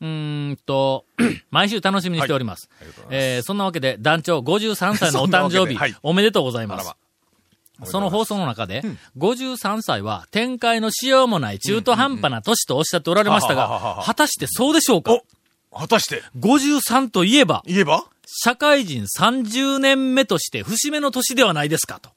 [SPEAKER 1] うーんと、 (clears throat) 毎週楽しみにしております。
[SPEAKER 3] ありがとうござい
[SPEAKER 1] えーそんなわけで、団長53歳のお
[SPEAKER 3] そんな
[SPEAKER 1] 誕
[SPEAKER 3] わけで
[SPEAKER 1] 生日、
[SPEAKER 3] はい
[SPEAKER 1] おめでとうござい
[SPEAKER 3] ま。
[SPEAKER 1] ますす
[SPEAKER 3] あ。らば
[SPEAKER 1] その放送の中で、53歳は展開のしようもない中途半端な年とおっしゃっておられました
[SPEAKER 3] はははは
[SPEAKER 1] が、
[SPEAKER 3] は
[SPEAKER 1] 果たしてそうでしょうか
[SPEAKER 3] 果たして、
[SPEAKER 1] 53といえば、
[SPEAKER 3] 言えば
[SPEAKER 1] 社会人30年目として節目の年ではないですかと。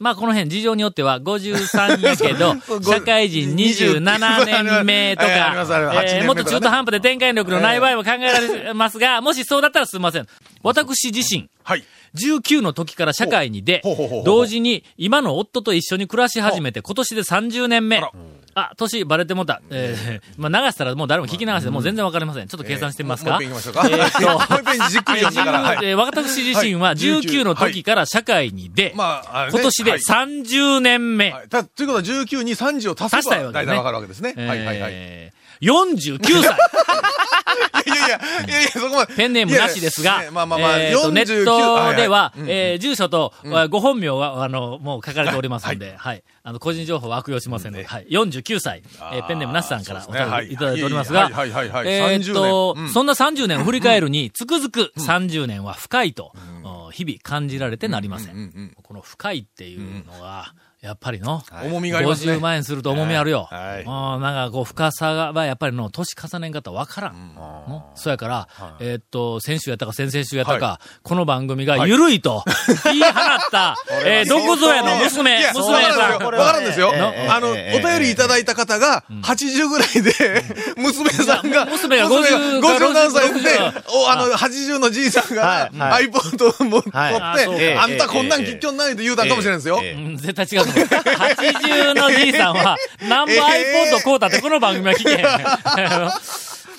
[SPEAKER 1] まあこの辺事情によっては53やけど
[SPEAKER 3] (laughs) そう、ご
[SPEAKER 1] 社会人27年目と
[SPEAKER 3] ええありますあります
[SPEAKER 1] か、
[SPEAKER 3] 8年
[SPEAKER 1] えー
[SPEAKER 3] 目
[SPEAKER 1] もっと
[SPEAKER 3] とかね
[SPEAKER 1] 中途半端で展開力のない場合も考えられますが、もしそうだったらすいません。私自身、
[SPEAKER 3] はい。
[SPEAKER 1] 19の時から社会に出
[SPEAKER 3] ほうほうほうほ、う
[SPEAKER 1] 同時に今の夫と一緒に暮らし始めて今年で30年目
[SPEAKER 3] あら。
[SPEAKER 1] あ、年バレてもうた。えーまあ流したらもう誰も聞き流してもう全然わかりません。ちょっと計算してみますか。
[SPEAKER 3] えーもう一遍行き (laughs) ましょうか。もう一遍じっくり読んでから。はい。
[SPEAKER 1] えー私自身は
[SPEAKER 3] はい
[SPEAKER 1] 19の時から社会に出、
[SPEAKER 3] まあ、あれね
[SPEAKER 1] 今年で
[SPEAKER 3] はい
[SPEAKER 1] 30年目。
[SPEAKER 3] はいたということは19に30を足
[SPEAKER 1] 足
[SPEAKER 3] せ
[SPEAKER 1] したい
[SPEAKER 3] ば
[SPEAKER 1] わけね。
[SPEAKER 3] 大体わかるわけですね。はいはいはい。 (laughs) い
[SPEAKER 1] えー49歳。
[SPEAKER 3] やいやいや、いやいや、そこまで。
[SPEAKER 1] ペンネームなしです
[SPEAKER 3] いやい
[SPEAKER 1] が、
[SPEAKER 3] やまあまあまあ、
[SPEAKER 1] えーと
[SPEAKER 3] 49
[SPEAKER 1] ネットでは、
[SPEAKER 3] いいうん
[SPEAKER 1] えー住所と、ご本名は、あの、もう書かれておりますので、はい、あの、個人情報は悪用しませんので、
[SPEAKER 3] うん
[SPEAKER 1] はい。49歳、えーペンネームなしさんから
[SPEAKER 3] そ
[SPEAKER 1] お
[SPEAKER 3] うですね
[SPEAKER 1] 便
[SPEAKER 3] はい
[SPEAKER 1] りいただいておりますが、
[SPEAKER 3] はいはいはいはいはい
[SPEAKER 1] えーっと
[SPEAKER 3] 30、年うん
[SPEAKER 1] そんな30年を振り返るに、つくづく30年は深いと、お日々感じられてなりません。
[SPEAKER 3] うんうんうんうん
[SPEAKER 1] この深いっていうのが、やっぱりの、
[SPEAKER 3] はい重みがありますね
[SPEAKER 1] 50万円すると重みあるよ。
[SPEAKER 3] はいはい
[SPEAKER 1] もうなんかこう深さが、やっぱりの、年重ねん方わからん。のそやから、えーっと、先週やったか先々週やったか、この番組がゆるいと、言い放
[SPEAKER 3] (laughs)
[SPEAKER 1] った、えー、どこぞやの娘、
[SPEAKER 3] いや
[SPEAKER 1] 娘
[SPEAKER 3] わ
[SPEAKER 1] さ
[SPEAKER 3] かるんですよ。
[SPEAKER 1] ん。
[SPEAKER 3] わかるんですよ。
[SPEAKER 4] ええええ
[SPEAKER 3] あの、お
[SPEAKER 4] ええ
[SPEAKER 3] 便りいただいた方が、80ぐらいで、娘さんが、
[SPEAKER 1] 娘が50
[SPEAKER 3] 50何歳で
[SPEAKER 1] 60、
[SPEAKER 3] お、あの、80のじいさんが、
[SPEAKER 4] はい
[SPEAKER 3] iPod を持って、
[SPEAKER 4] はい
[SPEAKER 1] あそうか
[SPEAKER 3] あんたこんなん結局ないと言うたんかもしれないですよ。
[SPEAKER 4] ええええ
[SPEAKER 1] うん絶対違うと思 (laughs) う。80のじいさんは、ナンバー iPod こうたってこの番組は聞けへん。 (laughs)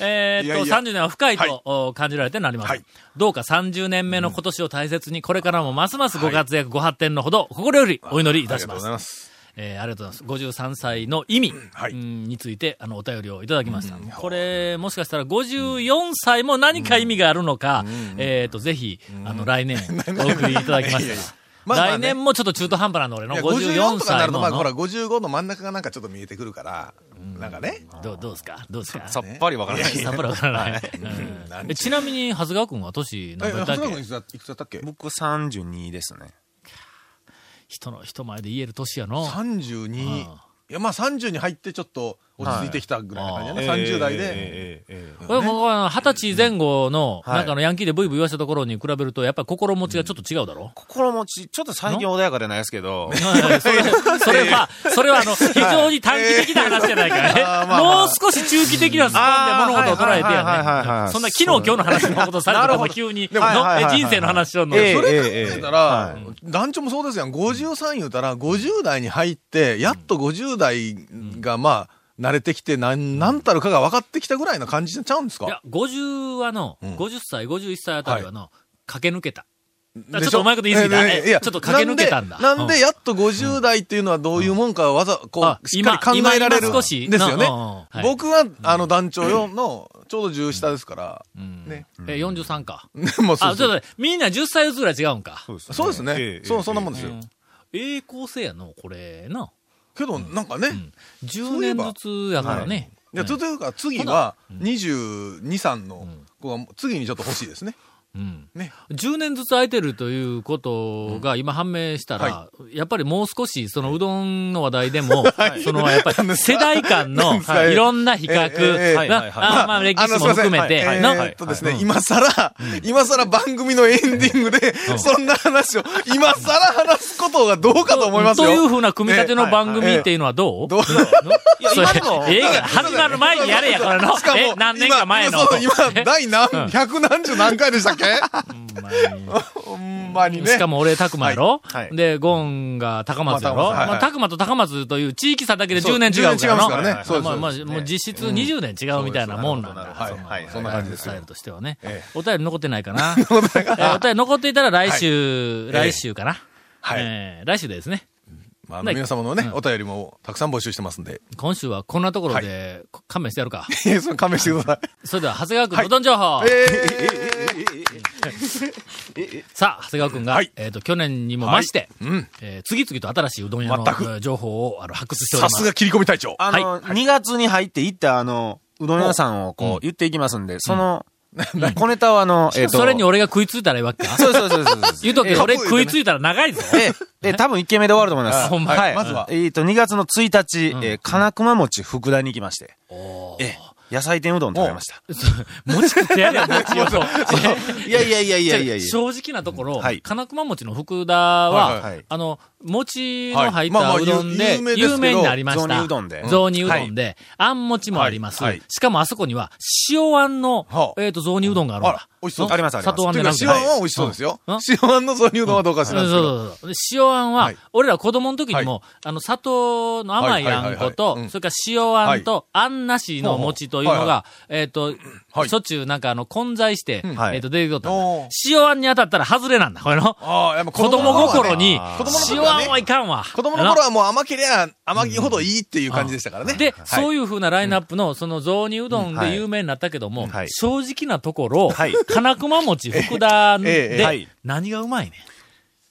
[SPEAKER 1] えーっと、
[SPEAKER 3] いやいや
[SPEAKER 1] 30年は深い
[SPEAKER 3] はい
[SPEAKER 1] とお感じられてなります。
[SPEAKER 3] はい
[SPEAKER 1] どうか30年目の今年を大切に、これからもますますご活躍、ご発展のほど、心よりお祈りい
[SPEAKER 3] あ
[SPEAKER 1] た
[SPEAKER 3] りが
[SPEAKER 1] し
[SPEAKER 3] とう
[SPEAKER 1] ま
[SPEAKER 3] ご
[SPEAKER 1] す
[SPEAKER 3] ざい。ます。
[SPEAKER 1] えーありがとうございます。53歳の意味、
[SPEAKER 3] はい
[SPEAKER 1] うんについて、あの、お便りをいただきました。これ、もしかしたら54歳も何か意味があるのか、えっ、と、ぜひ、あの、来
[SPEAKER 3] (laughs)
[SPEAKER 1] 年、お送りいただきま
[SPEAKER 3] いやい
[SPEAKER 1] し
[SPEAKER 3] や
[SPEAKER 1] たら。
[SPEAKER 3] まあまあね
[SPEAKER 1] 来年もちょっと中途半端なの、俺の。
[SPEAKER 3] いや
[SPEAKER 1] 54
[SPEAKER 3] 54とかにな
[SPEAKER 1] 歳
[SPEAKER 3] る
[SPEAKER 1] の
[SPEAKER 3] と、まあ、ほら、55の真ん中がなんかちょっと見えてくるから、なんかね。
[SPEAKER 1] どうどうですかどうですか
[SPEAKER 4] さっぱりわからないです。
[SPEAKER 1] さっぱりわ
[SPEAKER 3] (laughs)
[SPEAKER 1] からない。
[SPEAKER 3] な
[SPEAKER 1] うんんえちなみに、長谷川くんは年
[SPEAKER 3] え、
[SPEAKER 1] 何
[SPEAKER 3] 長
[SPEAKER 1] 歳だ
[SPEAKER 3] 谷
[SPEAKER 1] った
[SPEAKER 3] 川
[SPEAKER 1] っ
[SPEAKER 3] 君
[SPEAKER 1] け
[SPEAKER 3] いくつだいくつだったっけ
[SPEAKER 4] 僕32ですね。
[SPEAKER 1] 人の、人前で言える年やの。
[SPEAKER 3] 32
[SPEAKER 1] あ
[SPEAKER 3] いやまあ30に入ってちょっと落ち着いてきたぐらいな感じだね、
[SPEAKER 4] ええ
[SPEAKER 3] 30代で、
[SPEAKER 4] ええええええ
[SPEAKER 1] 俺もあの二十歳前後の、
[SPEAKER 4] はい
[SPEAKER 1] なんかあのヤンキーでブイブイ言わせたところに比べると、やっぱり心持ちがちょっと違うだろ、
[SPEAKER 4] 心持ち、ちょっと最近穏やかでないですけど、
[SPEAKER 1] それ、 (laughs) それは、それはあの、非常に短期的な話じゃないか
[SPEAKER 3] えーまあま
[SPEAKER 1] ら
[SPEAKER 3] あ
[SPEAKER 1] ね。
[SPEAKER 3] まあ
[SPEAKER 1] もう少し中期的なスパンで物事を捉えて
[SPEAKER 4] あーはいはいはいはい
[SPEAKER 1] や
[SPEAKER 4] は
[SPEAKER 1] ね。
[SPEAKER 4] い
[SPEAKER 1] そんな昨日今日の話のことされたらもう急に、の
[SPEAKER 4] はいはい
[SPEAKER 1] え
[SPEAKER 4] はいはい
[SPEAKER 1] 人生の話をの。
[SPEAKER 4] ええ
[SPEAKER 1] そ
[SPEAKER 3] そ
[SPEAKER 1] れ
[SPEAKER 3] れ考えたら、
[SPEAKER 4] は
[SPEAKER 3] 団長もそうですやん53言うたら50代に入ってやっと50代がまあ慣れてきてなんなんたるかが分かってきたぐらいな感じちゃうんです
[SPEAKER 1] いや
[SPEAKER 3] か、
[SPEAKER 1] 50はの、
[SPEAKER 3] うん
[SPEAKER 1] 50歳、51歳あたりはの、駆け抜けた。
[SPEAKER 3] でし
[SPEAKER 1] ちょっとうまいこと言い過ぎたね
[SPEAKER 3] ええいや
[SPEAKER 1] ちょっと駆け抜けたんだ
[SPEAKER 3] なんでなん
[SPEAKER 1] うん
[SPEAKER 3] でやっと50代っていうのはどういうもんかわざこ
[SPEAKER 1] あ
[SPEAKER 3] うしっかり考えられ
[SPEAKER 1] 今
[SPEAKER 3] る
[SPEAKER 1] 今少し
[SPEAKER 3] ですよね、
[SPEAKER 1] うんうんうんはい
[SPEAKER 3] 僕はあの団長4のちょうど10下ですから、
[SPEAKER 1] うん
[SPEAKER 3] ね
[SPEAKER 1] え、43か。
[SPEAKER 3] (laughs) もうそう
[SPEAKER 1] あ、ちょっと待ってみんな10歳ずつぐらい違うんか。
[SPEAKER 4] そうです
[SPEAKER 3] そうですね、そうそんなもん
[SPEAKER 4] で
[SPEAKER 3] ですよ、
[SPEAKER 1] ええ構成やの、これな。
[SPEAKER 3] けどなんかね、
[SPEAKER 1] 10年ずつやからね。
[SPEAKER 3] いや、
[SPEAKER 1] うん
[SPEAKER 3] というか、次は、22、3の子が、次にちょっと欲しいですね。
[SPEAKER 1] うん
[SPEAKER 3] ね
[SPEAKER 1] 10年ずつ空いてるということが今判明したら、やっぱりもう少し、そのうどんの話題で
[SPEAKER 3] (laughs)
[SPEAKER 1] も、そのやっぱり世代間の
[SPEAKER 3] 何ですか
[SPEAKER 1] いろんな比較、
[SPEAKER 3] ええええ
[SPEAKER 1] まあ
[SPEAKER 4] はいはいはい
[SPEAKER 1] あまあ歴史も含めて、
[SPEAKER 3] あのすいませんはいえ
[SPEAKER 1] の
[SPEAKER 3] ーっとですね、今さら、今さら番組のエンディングで、そんな話を、今さら話すことがどうかと思いますよ。
[SPEAKER 1] というふうな組み立ての番組っていうのはどう
[SPEAKER 3] どう
[SPEAKER 1] いや、今の。ええから始まる前にやれや、これの
[SPEAKER 3] しか。も
[SPEAKER 1] え、何年か前の。
[SPEAKER 3] 今そう今、第何
[SPEAKER 1] うん、
[SPEAKER 3] 百何十何回でしたっけほんまにね。
[SPEAKER 1] しかも俺、拓磨やろ、
[SPEAKER 4] はいはい
[SPEAKER 1] で、ゴンが高松やろ、
[SPEAKER 3] まあ高松はい
[SPEAKER 1] まあ、拓磨と高松という地域差だけで10年違う
[SPEAKER 3] 10年違い
[SPEAKER 1] から
[SPEAKER 3] ま
[SPEAKER 1] な
[SPEAKER 3] すからねそうです
[SPEAKER 1] まあまあ、
[SPEAKER 3] そうです
[SPEAKER 1] もう実質20年違うみたいなもんなんだ。
[SPEAKER 4] はいはい
[SPEAKER 3] そんな感じです
[SPEAKER 1] スタイルとしてはね
[SPEAKER 3] え。
[SPEAKER 1] お便り残ってないか
[SPEAKER 3] (laughs)
[SPEAKER 1] な。えーお便り残っていたら来週、
[SPEAKER 3] はい
[SPEAKER 1] 来週かな。
[SPEAKER 3] はい
[SPEAKER 1] えー来週でですね。
[SPEAKER 3] まあ、あの皆様のね、
[SPEAKER 1] うん
[SPEAKER 3] お便りもたくさん募集してますんで。 (laughs)
[SPEAKER 1] 今週はこんなところで、勘弁してやるか。
[SPEAKER 3] いやその勘弁してください。
[SPEAKER 1] それでは、長谷川くん、うどん情報。
[SPEAKER 3] (laughs)
[SPEAKER 1] さあ、長谷川くんが、
[SPEAKER 3] はい
[SPEAKER 1] えっ、と、去年にも増して、
[SPEAKER 3] うん。
[SPEAKER 1] えー次々と新しいうどん屋の
[SPEAKER 3] 全く
[SPEAKER 1] えー情報をあの発掘しており
[SPEAKER 3] さ
[SPEAKER 1] ます。
[SPEAKER 3] すが切り込み隊長。
[SPEAKER 4] あの、2月に入って行ったあの、うどん屋さんを
[SPEAKER 1] うん
[SPEAKER 4] こう言っていきますんで、
[SPEAKER 1] (laughs)
[SPEAKER 4] その、小ネタをあの、えっと、
[SPEAKER 1] それに俺が食いついたらいいわけか。
[SPEAKER 4] そうそうそうそうそう。
[SPEAKER 1] (laughs) 言うとくけど、
[SPEAKER 4] え
[SPEAKER 1] 俺食いついたら長いぞ。
[SPEAKER 4] え、え、多分1軒目で終わると思います。
[SPEAKER 1] あほんま
[SPEAKER 4] は
[SPEAKER 1] まず
[SPEAKER 3] は
[SPEAKER 4] えっと、2月の1日、
[SPEAKER 1] うん
[SPEAKER 4] えー金熊餅福田に行きまして、ええ、野菜店うどん食べました。
[SPEAKER 1] 餅食ってや
[SPEAKER 3] (laughs)
[SPEAKER 1] れよ、餅よ。
[SPEAKER 4] いやいやいやいやいやいや。
[SPEAKER 1] 正直なところ、
[SPEAKER 4] はい
[SPEAKER 1] 金熊餅の福田は、
[SPEAKER 3] はい
[SPEAKER 4] はい
[SPEAKER 1] あの、餅の入っ
[SPEAKER 3] はいまあ
[SPEAKER 1] た
[SPEAKER 3] まあ
[SPEAKER 1] うどん
[SPEAKER 3] 有
[SPEAKER 1] で
[SPEAKER 3] 有名ですけど
[SPEAKER 1] 有名になりました。
[SPEAKER 4] 雑煮うどんで
[SPEAKER 1] 雑煮うどんで、あん餅もあります。
[SPEAKER 3] はいはい
[SPEAKER 1] しかもあそこには、塩あんの、
[SPEAKER 3] はあ
[SPEAKER 1] えっ、と、雑煮うどんがあるん
[SPEAKER 3] あ
[SPEAKER 1] だ
[SPEAKER 3] ら。、美味しそう。
[SPEAKER 4] ありますあり
[SPEAKER 1] 砂
[SPEAKER 4] ます
[SPEAKER 1] 糖あん
[SPEAKER 3] とい
[SPEAKER 1] でな
[SPEAKER 3] うか
[SPEAKER 1] くて
[SPEAKER 3] 塩あんは美味しそうですよ。塩あんの挿入丼はどうかしらん
[SPEAKER 1] そう
[SPEAKER 3] ですけ
[SPEAKER 1] そ
[SPEAKER 3] ど
[SPEAKER 1] うそうそう。で塩あんは、
[SPEAKER 3] はい
[SPEAKER 1] 俺ら子供の時にも、あの、砂糖の甘いあんこと、
[SPEAKER 3] はいはいはいはいうん
[SPEAKER 1] それから塩あんと、あんなしの餅というのが、
[SPEAKER 3] ほうほうは
[SPEAKER 1] えっ、と、
[SPEAKER 3] はい
[SPEAKER 1] しょっちゅうなんかあの、混在して、
[SPEAKER 3] うん
[SPEAKER 4] はい
[SPEAKER 1] えっ、と、出てくると
[SPEAKER 3] おー。
[SPEAKER 1] 塩あんに当たったら外れなんだ、これの。
[SPEAKER 3] ああ、やっぱ
[SPEAKER 1] 子供
[SPEAKER 3] の頃
[SPEAKER 1] 心
[SPEAKER 3] はね
[SPEAKER 1] に
[SPEAKER 3] 子供の、頃
[SPEAKER 1] 塩
[SPEAKER 3] は
[SPEAKER 1] あ
[SPEAKER 3] ね
[SPEAKER 1] んはいかんわ。
[SPEAKER 3] 子供の頃はもう甘けりゃ甘きほどいいっていう感じでしたからね。
[SPEAKER 1] で、
[SPEAKER 3] はい
[SPEAKER 1] そういう風なラインナップの、その雑煮うどん
[SPEAKER 4] は
[SPEAKER 1] で
[SPEAKER 4] い
[SPEAKER 1] 有名になったけども、
[SPEAKER 4] はい
[SPEAKER 1] 正直なところ、
[SPEAKER 4] はい
[SPEAKER 1] 金熊餅福田
[SPEAKER 3] (laughs) ええええ
[SPEAKER 4] は
[SPEAKER 1] で
[SPEAKER 4] い、
[SPEAKER 1] 何がうまいね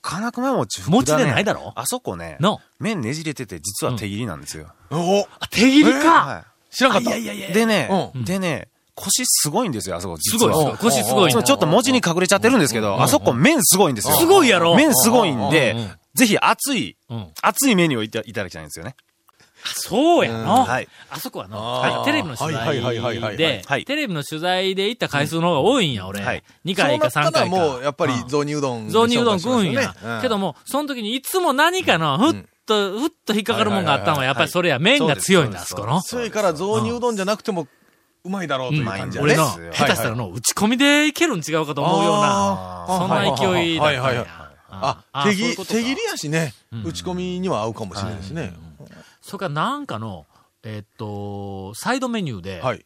[SPEAKER 4] 金熊餅福田、ね。
[SPEAKER 1] 餅でないだろ
[SPEAKER 4] あそこね、
[SPEAKER 1] の
[SPEAKER 4] 麺ねじれてて実は手切りなんですよ。
[SPEAKER 3] お
[SPEAKER 1] あ、手切りか、
[SPEAKER 4] は
[SPEAKER 3] 知らんかった。
[SPEAKER 1] いやいやいや
[SPEAKER 4] い。でね、
[SPEAKER 1] うん
[SPEAKER 4] でね、腰すごいんですよ、あそこ、
[SPEAKER 1] す
[SPEAKER 4] 実
[SPEAKER 1] ごい
[SPEAKER 4] は。
[SPEAKER 1] すごい、腰すごい
[SPEAKER 4] そ
[SPEAKER 1] の
[SPEAKER 4] うちょっと文字に隠れちゃってるんですけど、あそこ麺すごいんですよ。
[SPEAKER 1] すごいやろ
[SPEAKER 4] 麺すごいんで
[SPEAKER 1] うんうん、
[SPEAKER 4] ぜひ熱い、
[SPEAKER 1] うん
[SPEAKER 4] 熱いメニューをいたいただきたいんですよね。
[SPEAKER 1] そうやの、
[SPEAKER 4] うんはい
[SPEAKER 1] あそこはの、
[SPEAKER 3] あー
[SPEAKER 1] テレビの取
[SPEAKER 3] はいはいはい
[SPEAKER 1] 材
[SPEAKER 3] はいは
[SPEAKER 1] で
[SPEAKER 3] い、
[SPEAKER 4] はい
[SPEAKER 1] テレビの取材で行った回数の方が多いんや、俺。
[SPEAKER 4] はい
[SPEAKER 1] 2回か
[SPEAKER 3] そう
[SPEAKER 1] 3
[SPEAKER 3] なったら
[SPEAKER 1] 回か。
[SPEAKER 3] もう、やっぱり
[SPEAKER 1] うん
[SPEAKER 3] 雑煮うどん。
[SPEAKER 1] 雑煮うどん食うんや。
[SPEAKER 3] うん
[SPEAKER 1] けども、その時にいつも何かの、ふっと、ふっと引っかかるもんがあったのは、やっぱりそれや、麺が強いんだ、あそこの。
[SPEAKER 3] そうやから雑煮うどんじゃなくても、うまいだろうという感じやね。
[SPEAKER 1] 俺の、
[SPEAKER 4] そうです
[SPEAKER 1] 下手したらの、打ち込みでいけるん違うかと思うような、
[SPEAKER 3] あー
[SPEAKER 1] そんな勢いだったんや。
[SPEAKER 3] はいはいはいあ、
[SPEAKER 1] あそう
[SPEAKER 3] 手
[SPEAKER 1] い
[SPEAKER 3] 切
[SPEAKER 1] うこ
[SPEAKER 3] り、
[SPEAKER 1] とか
[SPEAKER 3] 手切りやしね、打ち込みには合うかもしれないですね。
[SPEAKER 1] それからなんかの、えっと、サイドメニューで、
[SPEAKER 3] はい。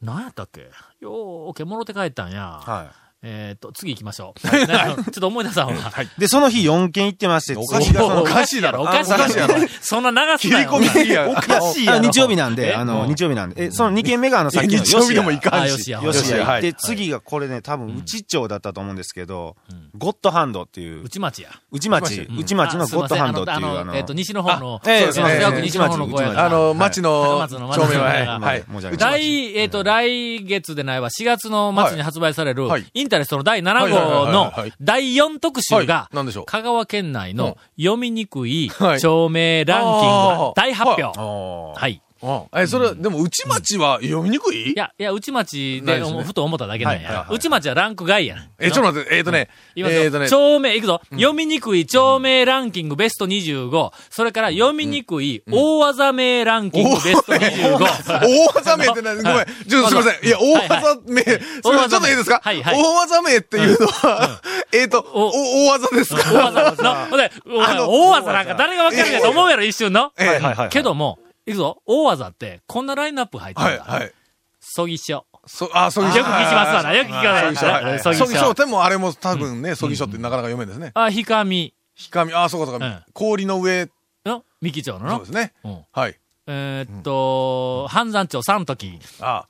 [SPEAKER 1] 何やったっけよーけ、もろて帰ったんや。
[SPEAKER 4] は
[SPEAKER 1] えっと、次行きましょう。 (laughs) なんかちょっと思い出さんわ。
[SPEAKER 4] い。で、その日4軒行ってまして、
[SPEAKER 3] おかしいだろ
[SPEAKER 1] おかしいだろ、おかしい
[SPEAKER 3] おかしい
[SPEAKER 1] だ
[SPEAKER 3] や
[SPEAKER 1] ろ
[SPEAKER 3] ろ。
[SPEAKER 1] そんな長す
[SPEAKER 3] 切り
[SPEAKER 1] なよ
[SPEAKER 3] 込みすぎや。
[SPEAKER 4] おかしいやろあ日曜日なん
[SPEAKER 1] え
[SPEAKER 4] で、あの、
[SPEAKER 1] うん
[SPEAKER 4] 日曜日なんで。え、その2軒目があの、さっきの
[SPEAKER 3] 日曜日でもいか
[SPEAKER 1] あ
[SPEAKER 3] ん
[SPEAKER 1] よし
[SPEAKER 3] し。
[SPEAKER 1] や
[SPEAKER 4] よし
[SPEAKER 3] よしや
[SPEAKER 4] や
[SPEAKER 3] は
[SPEAKER 4] 行
[SPEAKER 3] い
[SPEAKER 4] って、次がこれね、多分、内町だったと思うんですけど、ゴッドハンドっていう、
[SPEAKER 1] 内町や。
[SPEAKER 4] 内町、
[SPEAKER 1] うん
[SPEAKER 4] 内町のゴッドハンドっていう、
[SPEAKER 1] あすません
[SPEAKER 4] あ
[SPEAKER 1] あの、
[SPEAKER 4] の、
[SPEAKER 1] えっと、西の方の、
[SPEAKER 4] あええ
[SPEAKER 1] そうですね
[SPEAKER 3] すいません
[SPEAKER 1] 長く西の方の
[SPEAKER 4] 内町
[SPEAKER 1] 小屋
[SPEAKER 4] 内町
[SPEAKER 1] が
[SPEAKER 3] あの、町の
[SPEAKER 1] はい
[SPEAKER 3] 町
[SPEAKER 1] 高松
[SPEAKER 3] の
[SPEAKER 1] の
[SPEAKER 3] 照明
[SPEAKER 1] 町
[SPEAKER 3] は、
[SPEAKER 1] の
[SPEAKER 3] はい。
[SPEAKER 4] 申し訳ない。
[SPEAKER 1] 来、えっ、と、来月でないわ、4月の末に発売される、
[SPEAKER 3] はい
[SPEAKER 1] インタレストの第7
[SPEAKER 3] はいはいはい
[SPEAKER 1] 号
[SPEAKER 3] はい
[SPEAKER 1] の
[SPEAKER 3] はい
[SPEAKER 1] 第4特集が
[SPEAKER 3] はい、何でしょう
[SPEAKER 1] 香川県内の読みにくい
[SPEAKER 3] はい
[SPEAKER 1] 町名ランキング
[SPEAKER 3] あ
[SPEAKER 1] が
[SPEAKER 3] ー
[SPEAKER 1] 大発
[SPEAKER 3] は
[SPEAKER 1] 表。はい。
[SPEAKER 3] うんえ、それ、でも、内町は読みにくい
[SPEAKER 1] いや、いや、内町
[SPEAKER 3] な
[SPEAKER 1] で
[SPEAKER 3] いですね
[SPEAKER 1] ふと思っただけなん
[SPEAKER 3] はいは
[SPEAKER 1] や
[SPEAKER 3] い。はい
[SPEAKER 1] 内町はランク外やん。
[SPEAKER 3] え、ちょっと待って、えっとね、
[SPEAKER 1] いきますよ
[SPEAKER 3] えっとね、
[SPEAKER 1] 町名、いくぞ。読みにくい町名ランキングベスト25。それから読みにくい大技名ランキングベスト25。
[SPEAKER 3] 大技名ってな、ごめん、ちょっとすいません。いや、大技名、すいませんちょっといいですか
[SPEAKER 1] はいはい
[SPEAKER 3] 大技名っていうのは、 (laughs) えっと、お大技です
[SPEAKER 1] 大
[SPEAKER 3] か
[SPEAKER 1] 技の、ほんで、お前大技なんか誰がわかるかと思うやろ、一瞬の。
[SPEAKER 3] ええ
[SPEAKER 4] はいはい。
[SPEAKER 1] けども、いくぞ、大技って、こんなラインナップ入って
[SPEAKER 3] は
[SPEAKER 1] るん
[SPEAKER 3] い、
[SPEAKER 1] だ。
[SPEAKER 3] はい。
[SPEAKER 1] そぎしょ。
[SPEAKER 3] そ、あ、そぎ
[SPEAKER 1] よく聞きますわな、よく聞き
[SPEAKER 3] そ
[SPEAKER 1] ま
[SPEAKER 3] ぎ
[SPEAKER 1] す
[SPEAKER 3] 書、
[SPEAKER 1] わな。
[SPEAKER 3] はい。そ
[SPEAKER 1] そ
[SPEAKER 3] ぎ
[SPEAKER 1] ぎし
[SPEAKER 3] 書
[SPEAKER 1] ょ
[SPEAKER 3] っ。てもあれも多分ね、そぎ書ってなかなか読めんですね。
[SPEAKER 1] あ、ひかみ、
[SPEAKER 3] ひかみ、あ、そうかそう
[SPEAKER 1] う
[SPEAKER 3] か
[SPEAKER 1] ん、
[SPEAKER 3] 氷の上、
[SPEAKER 1] の、三木町の
[SPEAKER 3] そうで
[SPEAKER 1] の
[SPEAKER 3] すね。
[SPEAKER 1] うん。
[SPEAKER 3] はい。
[SPEAKER 1] えーっと、半山町三時。
[SPEAKER 3] あ、わ、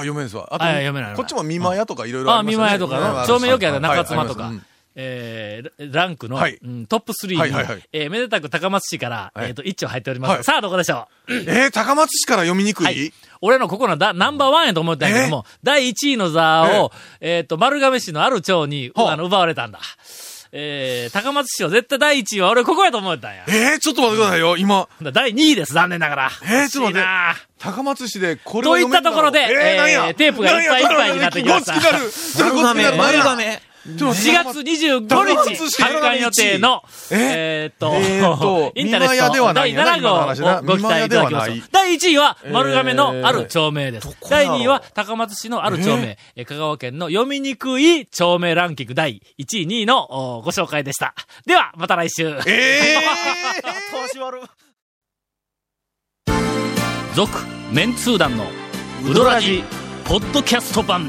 [SPEAKER 3] 読めんですわ。あ
[SPEAKER 1] あいや読めない
[SPEAKER 3] こっちも見まやとかいろいろ
[SPEAKER 1] あ、
[SPEAKER 3] ありま
[SPEAKER 1] 三
[SPEAKER 3] した
[SPEAKER 1] 輪
[SPEAKER 3] ね。
[SPEAKER 1] 屋と
[SPEAKER 3] うん
[SPEAKER 1] か
[SPEAKER 3] あ
[SPEAKER 1] の、町名よくやった
[SPEAKER 3] はい
[SPEAKER 1] 中妻と
[SPEAKER 3] あ
[SPEAKER 1] か
[SPEAKER 3] りまし。
[SPEAKER 1] えーラランクの、
[SPEAKER 3] はい
[SPEAKER 1] うんトップ3に、
[SPEAKER 3] はいはいはい
[SPEAKER 1] えーめでたく高松市から、
[SPEAKER 3] はい
[SPEAKER 1] えーっと、一丁入っております。
[SPEAKER 3] はい
[SPEAKER 1] さあ、どこでしょ
[SPEAKER 3] たねえー、高松市から読みにく
[SPEAKER 1] うはいい。俺のここのだナンバーワンやと思ったんやけども、第1位の座を、えーっと、丸亀市のある町に、
[SPEAKER 3] ほう
[SPEAKER 1] あの、奪われたんだ。えー、高松市は絶対第1位は俺ここやと思ったんや。
[SPEAKER 3] えー、ちょっと待ってくださいよ。今、
[SPEAKER 1] だ第2位です、残念ながら。
[SPEAKER 3] えーちょっ
[SPEAKER 1] 惜し
[SPEAKER 3] と待って
[SPEAKER 1] いな
[SPEAKER 3] 高松市でこれ
[SPEAKER 1] と
[SPEAKER 3] はい読
[SPEAKER 1] った
[SPEAKER 3] めんだ
[SPEAKER 1] と
[SPEAKER 3] ろ
[SPEAKER 1] ころで、
[SPEAKER 3] えー、何や
[SPEAKER 1] えーテープがいっぱいいっぱいになってきました。
[SPEAKER 3] ごっつなる。ちょっとごっつになる。
[SPEAKER 4] 丸亀
[SPEAKER 3] 何や。
[SPEAKER 1] 4月25日、発刊予定の、えーっと、
[SPEAKER 3] えーっと
[SPEAKER 1] インターネ
[SPEAKER 3] ミマヤ
[SPEAKER 1] ッ
[SPEAKER 3] で
[SPEAKER 1] ト
[SPEAKER 3] はな
[SPEAKER 1] 第
[SPEAKER 3] いよね
[SPEAKER 1] 7号
[SPEAKER 3] 今の話な
[SPEAKER 1] をご期待いただきま
[SPEAKER 3] ミマヤではない
[SPEAKER 1] すと第1位は丸亀のある町名です。
[SPEAKER 4] こや
[SPEAKER 1] 第
[SPEAKER 4] ろ
[SPEAKER 1] 2位は高松市のある町名、えー香川県の読みにくい町名ランキング第1位、2位のおご紹介でした。では、また来週。
[SPEAKER 3] え
[SPEAKER 1] 続メンツー団のウドラジポッドキャスト版